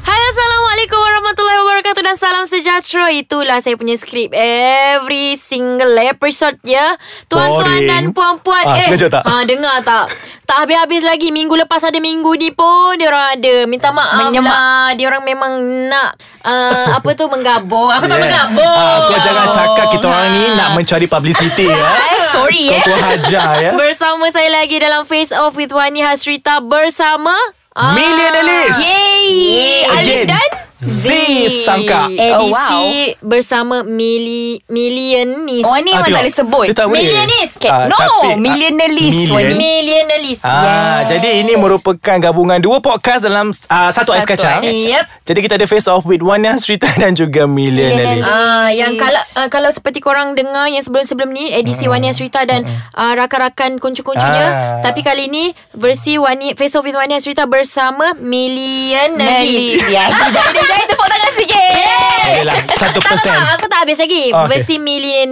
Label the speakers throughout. Speaker 1: Hai Assalamualaikum warahmatullahi wabarakatuh Dan salam sejahtera Itulah saya punya skrip Every single episode ya Tuan-tuan
Speaker 2: Boring.
Speaker 1: dan puan-puan
Speaker 2: Ah, terkejut tak?
Speaker 1: ah, Dengar tak Tak habis-habis lagi Minggu lepas ada minggu ni pun Diorang ada Minta maaf
Speaker 3: Menyemak.
Speaker 1: lah Diorang memang nak uh, Apa tu Menggabung Aku tak menggabung Ah.
Speaker 2: Ah, kau jangan cakap kita orang ni nak mencari publicity ya.
Speaker 1: Eh, Sorry
Speaker 2: Kau
Speaker 1: eh
Speaker 2: tu hajar ya.
Speaker 1: Bersama saya lagi dalam Face Off with Wani Hasrita Bersama ah,
Speaker 2: Million Alice.
Speaker 1: Yay, Alif
Speaker 2: Again.
Speaker 1: dan Eh,
Speaker 2: Z Ah, sangka.
Speaker 1: edisi
Speaker 3: Oh, wow.
Speaker 1: bersama mili, Millionis
Speaker 3: Oh, ni
Speaker 2: Ah,
Speaker 3: memang tak
Speaker 2: tengok.
Speaker 3: boleh sebut.
Speaker 2: Dia tak boleh.
Speaker 1: Millionaires, Kat.
Speaker 2: Ah,
Speaker 3: no,
Speaker 2: tapi-
Speaker 3: millionaire list,
Speaker 2: Million.
Speaker 3: Wani.
Speaker 1: Millionaires
Speaker 2: Ah, jadi ini merupakan gabungan dua podcast dalam ah, satu, ais
Speaker 3: Satu
Speaker 2: kacang.
Speaker 3: ais
Speaker 1: kacang. Yep.
Speaker 2: Jadi kita ada face off with Wania Srita dan juga Millionaires.
Speaker 1: Ah, yang kalau uh, kalau seperti korang dengar yang sebelum-sebelum ni edisi Wani Asrita dan uh, rakan-rakan kuncu-kuncunya
Speaker 2: Ah.
Speaker 1: tapi kali ni versi Wani Face Off with Wani Asrita bersama Millionaires.
Speaker 3: Ya, jadi tepuk tangan sikit.
Speaker 2: Adalah satu
Speaker 1: Tak, tak,
Speaker 2: persen.
Speaker 1: tak. Aku tak habis lagi.
Speaker 2: Oh, okay.
Speaker 1: Versi million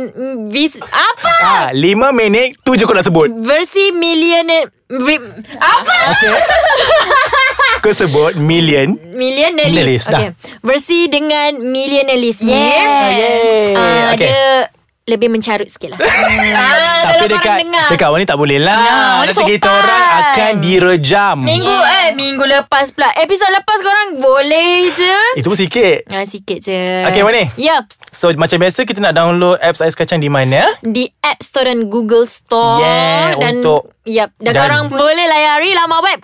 Speaker 1: vis, apa?
Speaker 2: Ah, lima minit tujuh kau nak sebut.
Speaker 1: Versi millionaire ri- apa?
Speaker 2: Okay. kau sebut million.
Speaker 1: Millionaires.
Speaker 2: Millionaires,
Speaker 1: Okay.
Speaker 2: dah.
Speaker 1: Versi dengan millionaires. ni,
Speaker 3: Yes.
Speaker 1: Uh,
Speaker 2: Yeay. Ah, Okay.
Speaker 1: Dia lebih mencarut sikit lah. ah,
Speaker 2: Tapi
Speaker 1: kalau
Speaker 2: dekat
Speaker 1: korang dengar.
Speaker 2: dekat Wani tak boleh
Speaker 1: Ah,
Speaker 2: lah.
Speaker 1: Wani
Speaker 2: Nanti kita
Speaker 1: sopan.
Speaker 2: orang akan direjam.
Speaker 1: Minggu eh Minggu lepas pula Episod lepas korang Boleh je
Speaker 2: Itu pun sikit.
Speaker 1: ah, Sikit je
Speaker 2: Okay, Wani.
Speaker 1: Ya
Speaker 2: So macam biasa kita nak download apps Ais Kacang di mana?
Speaker 1: Di App Store dan Google Store
Speaker 2: Yeah,
Speaker 1: dan
Speaker 2: untuk-
Speaker 1: yep, dan,
Speaker 2: dan-
Speaker 1: korang boleh layari laman web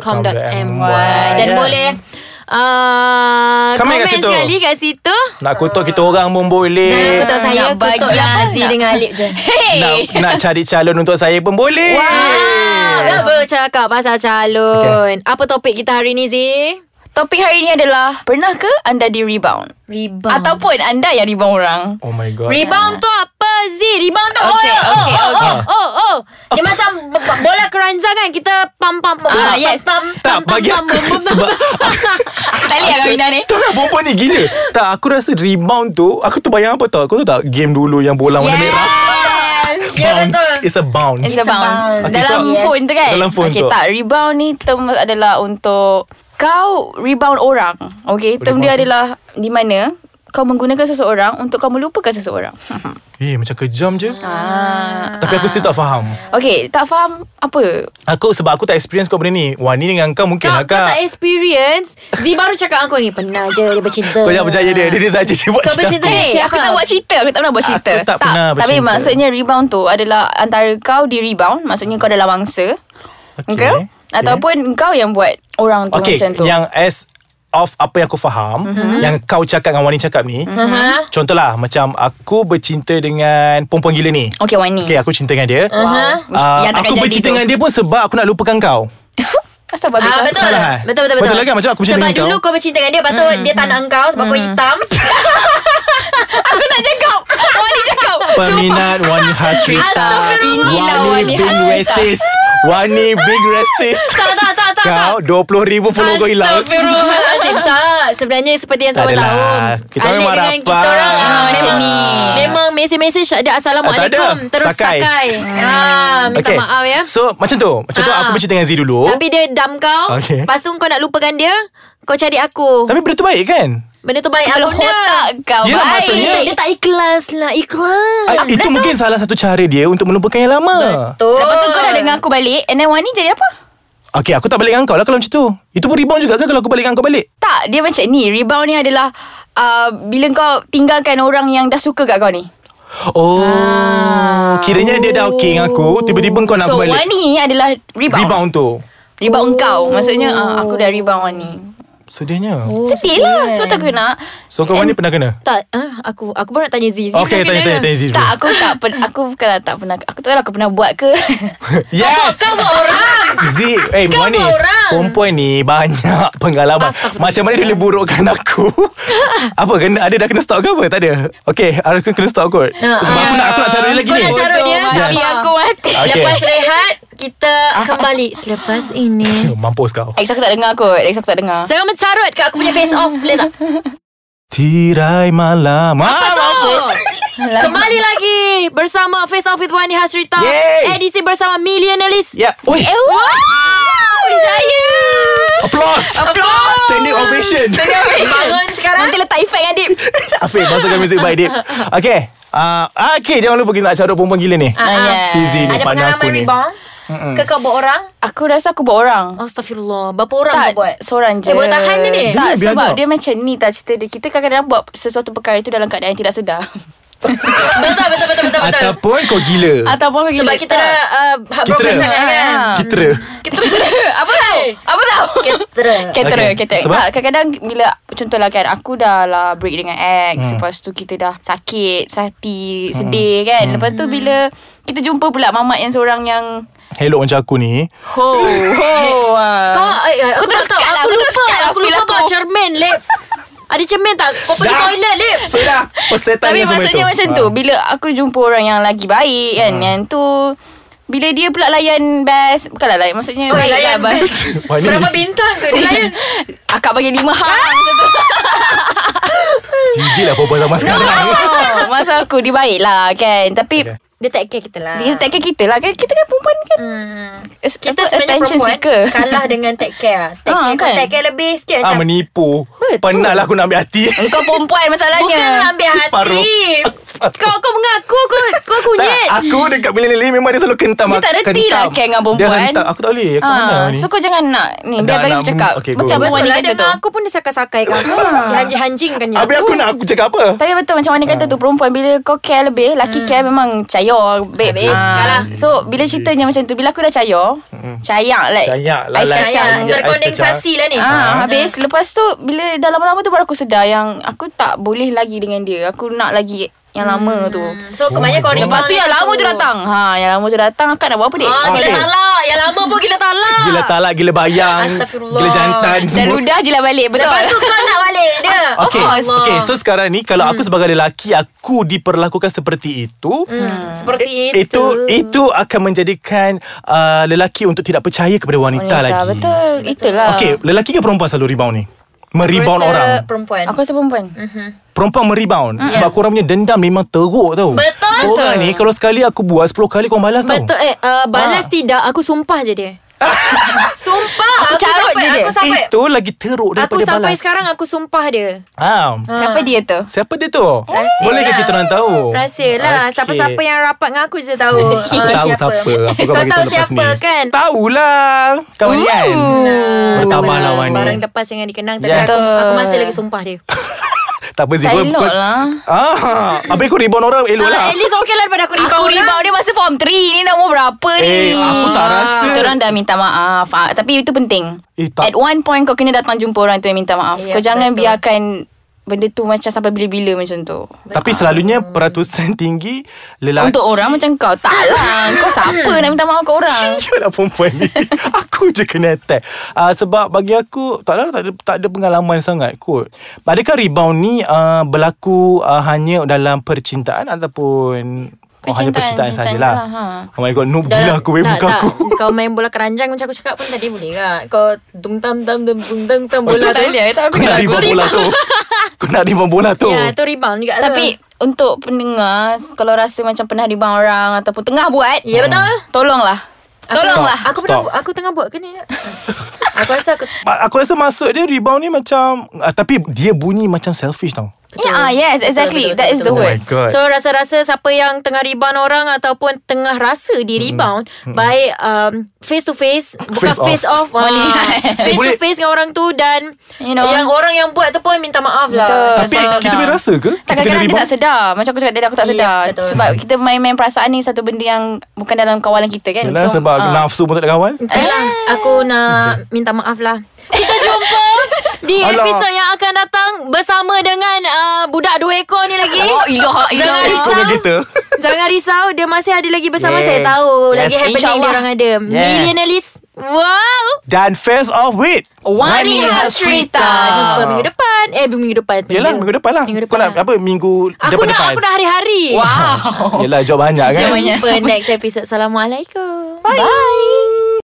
Speaker 1: www.aiskacang.com.my dan
Speaker 2: Yeah.
Speaker 1: boleh uh,
Speaker 2: Comment
Speaker 1: komen
Speaker 2: kat situ.
Speaker 1: sekali kat situ.
Speaker 2: Nak kutuk kita orang pun boleh.
Speaker 1: Uh, Jangan kutuk
Speaker 3: nak
Speaker 1: saya,
Speaker 3: bagi
Speaker 1: kutuk
Speaker 3: lah
Speaker 1: yang Z
Speaker 3: Z dengan
Speaker 1: dengan Alip je. Hey.
Speaker 2: Nak, nak cari calon untuk saya pun boleh.
Speaker 1: Ah, bercakap pasal calon. Apa topik kita hari ni, Z?
Speaker 3: Topik hari ini adalah Pernah ke anda di rebound?
Speaker 2: Hmm.
Speaker 1: Rebound. Atau
Speaker 3: Ataupun anda yang rebound orang?
Speaker 2: Oh my god.
Speaker 1: Rebound tu apa Z? Rebound tu
Speaker 3: Okay,
Speaker 1: oh,
Speaker 3: okay,
Speaker 1: oh,
Speaker 2: okay.
Speaker 1: oh, oh, oh, Dia macam b- b- bola keranjang kan Kita pam pam pam pam,
Speaker 3: Ah, yes.
Speaker 1: pam
Speaker 2: tak bagi aku sebab
Speaker 3: Tak lihat kau Ina ni.
Speaker 2: Tak lah perempuan ni gila Tak aku rasa rebound tu Aku terbayang apa tau Kau tahu tak game dulu yang bola warna merah
Speaker 1: Ya
Speaker 2: Bounce
Speaker 1: betul
Speaker 2: It's a bounce
Speaker 3: It's a bounce.
Speaker 2: Okay,
Speaker 3: Dalam
Speaker 2: so-
Speaker 3: phone tu kan?
Speaker 2: Dalam phone
Speaker 3: okay,
Speaker 2: tu.
Speaker 3: tak. Rebound ni term adalah untuk kau rebound orang. Okay, term dia
Speaker 2: Rebound.
Speaker 3: adalah di mana kau menggunakan seseorang untuk kau melupakan seseorang.
Speaker 2: Eh macam kejam je
Speaker 3: Ah.
Speaker 2: Tapi aku still tak faham
Speaker 3: Okay, tak faham apa?
Speaker 2: Aku sebab aku tak experience kau benda ni Wah ni dengan kau mungkin
Speaker 1: kau,
Speaker 2: lah
Speaker 1: kau tak
Speaker 2: kak
Speaker 1: experience Z baru cakap aku ni Pernah je dia bercinta
Speaker 2: Kau jangan percaya dia Dia ni saja buat
Speaker 1: Kau
Speaker 2: cerita
Speaker 1: bercinta
Speaker 2: aku.
Speaker 1: ni?
Speaker 3: Hey, aku
Speaker 1: Siapa?
Speaker 3: tak buat cerita Aku tak pernah buat
Speaker 2: Aku
Speaker 3: cerita
Speaker 2: tak pernah
Speaker 3: Tapi
Speaker 2: bercerita.
Speaker 3: maksudnya rebound tu Adalah antara kau di rebound Maksudnya kau dalam mangsa
Speaker 2: Okay,
Speaker 3: okay.
Speaker 2: okay.
Speaker 3: Ataupun kau yang buat Orang tu
Speaker 2: Okay
Speaker 3: macam tu
Speaker 2: Yang as Of apa yang aku faham Yang kau cakap Dengan Wani cakap ni
Speaker 1: uh-huh.
Speaker 2: Contohlah Macam aku bercinta dengan Perempuan gila ni
Speaker 3: Okay Wani
Speaker 2: Okay aku cinta dengan dia
Speaker 1: Mhm.
Speaker 3: Wow.
Speaker 2: Uh,
Speaker 3: Yang takkan
Speaker 2: aku
Speaker 3: jadi
Speaker 2: bercinta
Speaker 3: tu.
Speaker 2: dengan dia pun sebab aku nak lupakan kau.
Speaker 3: Asal babi
Speaker 1: Ah,
Speaker 3: kau
Speaker 1: betul.
Speaker 2: Salah, eh?
Speaker 1: betul betul betul
Speaker 2: Betul lah kan? Macam aku bercinta
Speaker 1: Sebab
Speaker 2: dengan
Speaker 1: dulu
Speaker 2: kau. Hmm,
Speaker 1: kau bercinta dengan dia Lepas tu dia tak nak engkau Sebab kau hitam
Speaker 3: Aku nak cakap Wani cakap
Speaker 2: Peminat Wani Hasrita.
Speaker 3: Inilah Wani
Speaker 2: Wani big
Speaker 3: Hasrita
Speaker 2: racist. Wani big racist.
Speaker 1: Tak tak tak tak
Speaker 2: Kau 20,000 follow kau hilang.
Speaker 1: Astagfirullahalazim Tak Sebenarnya seperti yang
Speaker 2: Tak
Speaker 1: semua tahu
Speaker 2: adalah. Kita
Speaker 1: Alif
Speaker 2: memang
Speaker 1: dengan kita
Speaker 2: rapat.
Speaker 1: orang
Speaker 3: Ah, macam
Speaker 1: memang-
Speaker 3: ni.
Speaker 1: Memang mesej-mesej ada Assalamualaikum
Speaker 2: Ah, tak ada.
Speaker 1: Terus sakai,
Speaker 2: Sakai. Hmm. Oh.
Speaker 1: Ah, Minta
Speaker 2: Okay.
Speaker 1: maaf ya
Speaker 2: So macam tu. Macam tu
Speaker 1: Ah.
Speaker 2: aku bercinta dengan Z dulu.
Speaker 1: Tapi dia dam kau
Speaker 2: Okay.
Speaker 1: Lepas tu kau nak lupakan dia Kau cari aku
Speaker 2: Tapi benda tu baik kan?
Speaker 1: Benda tu baik
Speaker 3: Kalau
Speaker 1: aku Ya, dia
Speaker 3: otak
Speaker 2: Yelah,
Speaker 3: kau baik.
Speaker 1: dia,
Speaker 2: maksudnya-
Speaker 1: tak- dia tak ikhlas lah Ikhlas
Speaker 2: Ah, itu mungkin salah satu cara dia untuk melupakan yang lama.
Speaker 1: Betul
Speaker 3: Lepas tu kau dah dengar aku balik And then Wani jadi apa?
Speaker 2: Okay, aku tak balik dengan kau lah kalau macam tu. Itu pun rebound juga ke kalau aku balik dengan kau balik?
Speaker 3: Tak Dia macam ni Rebound ni adalah uh, Bila kau tinggalkan orang Yang dah suka kat kau ni
Speaker 2: Oh,
Speaker 1: Ah.
Speaker 2: kiranya dia dah okay dengan
Speaker 1: Oh.
Speaker 2: aku. Tiba-tiba kau nak
Speaker 3: So
Speaker 2: aku balik.
Speaker 3: Wani ni adalah rebound
Speaker 2: Rebound tu.
Speaker 3: Rebound oh. kau Maksudnya uh, Aku dah rebound Wani
Speaker 2: Sedihnya.
Speaker 3: oh, Sedih lah Sebab tak aku nak
Speaker 2: So kau ni pernah kena?
Speaker 1: Tak ah, Aku aku baru nak tanya Zizi
Speaker 2: Okay, tanya, tanya, tanya Zee
Speaker 3: tak aku tak pen, aku bukanlah tak pernah aku tak tahu lah aku pernah buat ke
Speaker 2: Yes
Speaker 1: Kau buat orang
Speaker 2: Z Eh
Speaker 1: Kau
Speaker 2: Mani
Speaker 1: orang.
Speaker 2: Perempuan ni Banyak pengalaman Macam mana dia boleh burukkan aku Apa kena, Ada dah kena stop ke apa Tak ada Okay Aku kena stop kot Sebab aku nak Aku nak cara dia lagi
Speaker 1: Ah. Kau
Speaker 2: ni
Speaker 1: nak cara dia
Speaker 3: Bodoh,
Speaker 1: Tapi
Speaker 2: Yes.
Speaker 1: aku mati
Speaker 2: Okay.
Speaker 1: Lepas rehat Kita
Speaker 2: Ah.
Speaker 1: kembali Selepas ini
Speaker 2: Mampus kau
Speaker 3: ex aku tak dengar kot ex aku tak dengar
Speaker 1: Jangan mencarut kat aku punya face off Boleh tak?
Speaker 2: Tirai malam Apa
Speaker 1: tu?
Speaker 2: Ah, Mampus
Speaker 1: Kembali lagi bersama Face Off with Wani Hasrita.
Speaker 2: Yay!
Speaker 1: Edisi bersama Millionaires.
Speaker 2: Ya. Oi.
Speaker 3: Eh, wow! Saya!
Speaker 2: Applause.
Speaker 3: Applause.
Speaker 2: Standing ovation.
Speaker 3: Bangun
Speaker 1: Ah,
Speaker 3: sekarang. Nanti letak efek kan, Dip?
Speaker 2: Afiq masukkan music by Deep. Okay. Uh, okay, jangan lupa kita nak cari perempuan gila ni.
Speaker 1: ya.
Speaker 3: Ah, yes.
Speaker 2: Sizi ya. ni,
Speaker 4: Ada
Speaker 2: partner
Speaker 4: pengalaman
Speaker 2: aku ni.
Speaker 4: rebound Ke kau buat orang
Speaker 3: Aku rasa aku buat orang.
Speaker 1: Astagfirullah. Berapa orang
Speaker 3: tak,
Speaker 1: kau Oh, buat?
Speaker 3: seorang je.
Speaker 1: Eh, boleh tahan dia ni?
Speaker 3: Tak,
Speaker 2: Dia biar
Speaker 3: sebab
Speaker 2: tak.
Speaker 3: dia macam ni tak cerita dia. Kita kadang-kadang buat sesuatu perkara itu dalam keadaan tidak sedar.
Speaker 4: Betul betul betul betul betul
Speaker 2: Ataupun kau gila.
Speaker 3: Ataupun pergi
Speaker 4: Sebab kita dah uh, Heartbroken
Speaker 2: Kita-
Speaker 4: sangat kan
Speaker 2: Kita.
Speaker 4: Kita Apa tau
Speaker 3: ah. Apa tau?
Speaker 4: Ketera
Speaker 3: Ketera,
Speaker 2: Okay,
Speaker 3: okay. ketera.
Speaker 2: sebab?
Speaker 3: Tak, ah, kadang-kadang bila contohlah kan aku dah lah break dengan ex, hmm. lepas tu kita dah sakit, hati,
Speaker 2: Hmm.
Speaker 3: sedih kan. Lepas tu bila kita jumpa pula mamat yang seorang yang
Speaker 2: Hello macam aku ni.
Speaker 3: ho ho. ah.
Speaker 1: Kau eh, eh,
Speaker 3: Kau
Speaker 1: aku
Speaker 3: terus
Speaker 1: tak tahu
Speaker 3: cut lah,
Speaker 1: Aku
Speaker 3: kau terus
Speaker 1: lupa
Speaker 3: cut lah
Speaker 1: Aku
Speaker 3: feel
Speaker 1: lupa
Speaker 3: aku.
Speaker 1: kau cermin Lip Ada cermin tak Kau pergi
Speaker 2: Dah.
Speaker 1: toilet Lip
Speaker 2: Sudah. Persetan
Speaker 3: Tapi
Speaker 2: dia semua
Speaker 3: maksudnya
Speaker 2: itu. Ah.
Speaker 3: macam tu Bila aku jumpa orang yang lagi baik kan Yang tu Bila dia pula layan best Bukanlah layan Maksudnya
Speaker 4: Oh,
Speaker 3: baik
Speaker 4: layan
Speaker 3: lah,
Speaker 4: best.
Speaker 2: Wah, ni
Speaker 4: Berapa bintang tu dia layan
Speaker 3: Akak bagi lima hal
Speaker 2: jijik lah perempuan zaman sekarang. Ah.
Speaker 3: oh, Masa aku dia baik lah kan Tapi
Speaker 2: Ada.
Speaker 4: Dia take care kita lah
Speaker 3: Dia take care kita lah kan Kita kan perempuan kan
Speaker 4: Hmm.
Speaker 3: As-
Speaker 4: Kita
Speaker 3: apa,
Speaker 4: sebenarnya
Speaker 3: attention
Speaker 4: perempuan
Speaker 3: seeker.
Speaker 4: Kalah dengan take care Take
Speaker 3: Ah,
Speaker 4: care kau
Speaker 3: kan?
Speaker 4: take care lebih sikit
Speaker 2: Ah,
Speaker 4: Macam
Speaker 2: menipu.
Speaker 4: Betul.
Speaker 2: Penat lah aku nak ambil hati.
Speaker 3: Kau perempuan masalahnya
Speaker 4: Bukan lah. ambil hati
Speaker 2: Separuh.
Speaker 4: Kau kau mengaku Kau, kau
Speaker 2: Tak,
Speaker 4: kunyit
Speaker 2: aku dekat milenial ni memang dia selalu kentam.
Speaker 3: Dia tak
Speaker 2: aku-
Speaker 3: reti lah
Speaker 2: kentam.
Speaker 3: care dengan
Speaker 2: Dia
Speaker 3: perempuan.
Speaker 2: hentam. Aku tak boleh. Aku tak
Speaker 3: Ah,
Speaker 2: mana lah ni.
Speaker 3: So kau jangan nak Ni biar
Speaker 2: Dah
Speaker 3: bagi
Speaker 2: nak
Speaker 3: aku cakap
Speaker 2: move. Okay, go, go,
Speaker 3: Betul
Speaker 2: go.
Speaker 4: Betul
Speaker 3: perempuan ni
Speaker 4: lah
Speaker 3: kata tu
Speaker 4: dengan aku pun dia sakai-sakai kan Aku dihanjing-hanjingkan je
Speaker 2: Ah. Habis aku nak aku cakap apa?
Speaker 3: Tapi betul macam mana
Speaker 2: Ah.
Speaker 3: kata tu Perempuan bila kau care lebih Laki care memang cayor Babe
Speaker 1: Habis,
Speaker 3: Ah,
Speaker 1: kalah.
Speaker 3: So bila ceritanya macam tu Bila aku dah cayor Cayak like
Speaker 2: Hmm. Cayak lah,
Speaker 3: Ais
Speaker 2: like-
Speaker 3: kacang
Speaker 4: Macam
Speaker 2: Dia
Speaker 4: terkondensasi lah ni
Speaker 3: Ah, habis lepas tu bila dah lama-lama tu baru aku sedar yang aku tak boleh lagi dengan dia. Aku nak lagi yang lama tu.
Speaker 4: Hmm,
Speaker 1: Ah,
Speaker 4: So kemarin
Speaker 2: Oh my
Speaker 4: kau
Speaker 2: God.
Speaker 4: rebound
Speaker 3: Lepas tu yang lama tu datang. Ha, yang lama tu datang akak nak buat apa dek?
Speaker 4: Ah,
Speaker 2: Okay.
Speaker 4: gila talak Yang lama pun gila talak
Speaker 2: Gila talak, gila bayang
Speaker 4: Astagfirullah.
Speaker 2: Gila jantan
Speaker 3: Dan
Speaker 2: semua.
Speaker 3: ludah je lah balik betul.
Speaker 4: Lepas tu kau nak balik dia
Speaker 2: Okay,
Speaker 1: Oh,
Speaker 3: course.
Speaker 2: okay, so sekarang ni Kalau aku sebagai lelaki Aku diperlakukan seperti itu
Speaker 4: Hmm. Seperti
Speaker 2: i- itu Itu akan menjadikan uh, Lelaki untuk tidak percaya Kepada wanita,
Speaker 3: Wanita,
Speaker 2: lagi
Speaker 3: Betul. Itulah.
Speaker 2: Okay, lelaki ke perempuan selalu rebound ni? Merebound
Speaker 4: Rasa
Speaker 2: orang
Speaker 4: Perempuan
Speaker 3: Aku rasa perempuan.
Speaker 2: Perempuan merebound mm. Sebab korang punya dendam Memang teruk tau
Speaker 4: Betul.
Speaker 2: Korang ni Kalau sekali aku Ah. buat 10 kali korang balas tau
Speaker 1: Betul eh uh, Balas tidak Aku sumpah je dia
Speaker 4: Sumpah
Speaker 3: Aku carut
Speaker 4: sampai,
Speaker 3: je dia.
Speaker 4: Aku sampai
Speaker 2: Itu lagi teruk
Speaker 1: Aku
Speaker 2: Eh, daripada
Speaker 1: sampai
Speaker 2: balas
Speaker 1: sekarang Aku sumpah dia
Speaker 2: ah.
Speaker 3: Siapa dia tu?
Speaker 2: Siapa dia tu? Boleh ke kita orang tahu?
Speaker 1: lah. Rahsia lah
Speaker 2: Oh, Okey.
Speaker 1: Siapa-siapa yang rapat dengan aku je tahu uh,
Speaker 2: Aku tahu siapa. Aku
Speaker 1: Kau
Speaker 2: akan beritahu
Speaker 1: tahu
Speaker 2: lepas
Speaker 1: siapa
Speaker 2: ni.
Speaker 1: kan
Speaker 2: Tahulah Kawan ni kan Bertabahlah Wan ni
Speaker 1: Barang lepas jangan dikenang Tapi
Speaker 2: Yes.
Speaker 1: aku, aku masih lagi sumpah dia
Speaker 2: Tak apa Zee
Speaker 3: Tak
Speaker 2: kau-
Speaker 3: elok
Speaker 2: kau-
Speaker 3: lah.
Speaker 2: ah, Habis kau rebound orang Elok
Speaker 1: Ah,
Speaker 2: lah
Speaker 1: At least okay lah daripada aku
Speaker 3: Aku
Speaker 1: rebound lah.
Speaker 3: rebound dia masa form 3 Ni nombor berapa
Speaker 2: Eh,
Speaker 3: ni
Speaker 2: aku tak rasa.
Speaker 3: Kita orang dah minta maaf ah, Tapi itu penting
Speaker 2: Eh, tak-
Speaker 3: At one point kau kena datang jumpa orang tu yang minta maaf
Speaker 1: Ya,
Speaker 3: Kau jangan
Speaker 1: betul.
Speaker 3: biarkan Benda tu macam sampai bila-bila macam tu
Speaker 2: Tapi selalunya Peratusan tinggi Lelaki
Speaker 3: Untuk orang macam kau Tak lah Kau siapa nak minta maaf kat orang
Speaker 2: Sialah perempuan ni Aku je kena attack uh, Sebab bagi aku Tak lah tak ada, tak ada pengalaman sangat kot Adakah rebound ni uh, Berlaku uh, hanya dalam percintaan Ataupun Oh, hanya
Speaker 3: Percintaan,
Speaker 2: percintaan sajalah
Speaker 3: percintaan je lah,
Speaker 2: Oh my god Noob gila aku weh
Speaker 1: Tak,
Speaker 2: muka
Speaker 1: tak.
Speaker 2: aku
Speaker 1: Kau main bola keranjang macam aku cakap pun tadi boleh tak?
Speaker 4: Kau Dung tam tam Dung dung tam tam Bola
Speaker 3: Betul tak
Speaker 4: tu
Speaker 3: boleh Tak
Speaker 2: Kau nak rebound bola tu Kau nak rebound bola tu
Speaker 1: Ya, tu rebound juga tu.
Speaker 3: Tapi untuk pendengar Kalau rasa macam pernah rebound orang Ataupun tengah buat Ya betul
Speaker 2: Hmm.
Speaker 3: Tolonglah Tolonglah
Speaker 1: Aku
Speaker 2: Stop.
Speaker 1: pernah bu- aku tengah buat ke ni? aku rasa aku
Speaker 2: Ma- Aku rasa maksud dia rebound ni macam uh, Tapi dia bunyi macam selfish tau
Speaker 3: Yeah, ah, yes, exactly.
Speaker 4: betul,
Speaker 3: That is the
Speaker 4: betul,
Speaker 2: Oh my
Speaker 3: word.
Speaker 2: god
Speaker 1: So rasa-rasa siapa yang tengah rebound orang ataupun tengah rasa di rebound baik um, face to face bukan
Speaker 2: Hmm. Face off.
Speaker 1: face off,
Speaker 2: Eh,
Speaker 3: Oh, ni.
Speaker 1: ah, face to
Speaker 2: Boleh-
Speaker 1: face dengan orang tu dan
Speaker 3: You know.
Speaker 1: yang orang yang buat tu pun minta maaf
Speaker 3: Betul.
Speaker 1: lah.
Speaker 2: Tapi
Speaker 3: so-
Speaker 2: kita boleh rasa ke?
Speaker 3: Tak
Speaker 2: Kita kena
Speaker 3: kadang-kadang kita
Speaker 2: rebound?
Speaker 3: tak sedar Macam aku cakap tadi Aku tak
Speaker 4: Ya,
Speaker 3: sedar
Speaker 4: betul.
Speaker 3: Sebab kita main-main perasaan ni Satu benda yang Bukan dalam kawalan kita kan
Speaker 2: Yalah, sebab
Speaker 3: ah.
Speaker 2: nafsu pun tak ada kawan
Speaker 1: Betul
Speaker 3: Eh.
Speaker 1: lah. Aku nak minta maaf lah. Kita jumpa di
Speaker 2: Alah.
Speaker 1: episod yang akan datang bersama dengan uh, budak dua ekor ni lagi.
Speaker 3: Oh ilah
Speaker 1: Jangan
Speaker 3: ilah
Speaker 1: risau.
Speaker 2: Kau kita
Speaker 1: Jangan risau Dia masih ada lagi bersama yeah. Saya
Speaker 2: Yeah.
Speaker 1: tahu
Speaker 2: Yes.
Speaker 1: yes. Lagi happening
Speaker 3: InsyaAllah.
Speaker 1: dia orang ada yeah. Millionaires Wow
Speaker 2: Dan face off with
Speaker 3: Wani
Speaker 1: Kita
Speaker 3: Hasrita
Speaker 1: jumpa minggu depan Eh minggu depan
Speaker 2: Yelah minggu depan lah
Speaker 1: Minggu
Speaker 2: Kau
Speaker 1: depan
Speaker 2: nak
Speaker 1: lah.
Speaker 2: apa Minggu
Speaker 1: Aku
Speaker 2: depan
Speaker 1: nak
Speaker 2: depan
Speaker 1: Aku nak hari-hari
Speaker 3: Wow
Speaker 2: Yelah job banyak kan
Speaker 3: Job banyak.
Speaker 1: Jumpa next episode Assalamualaikum
Speaker 3: Bye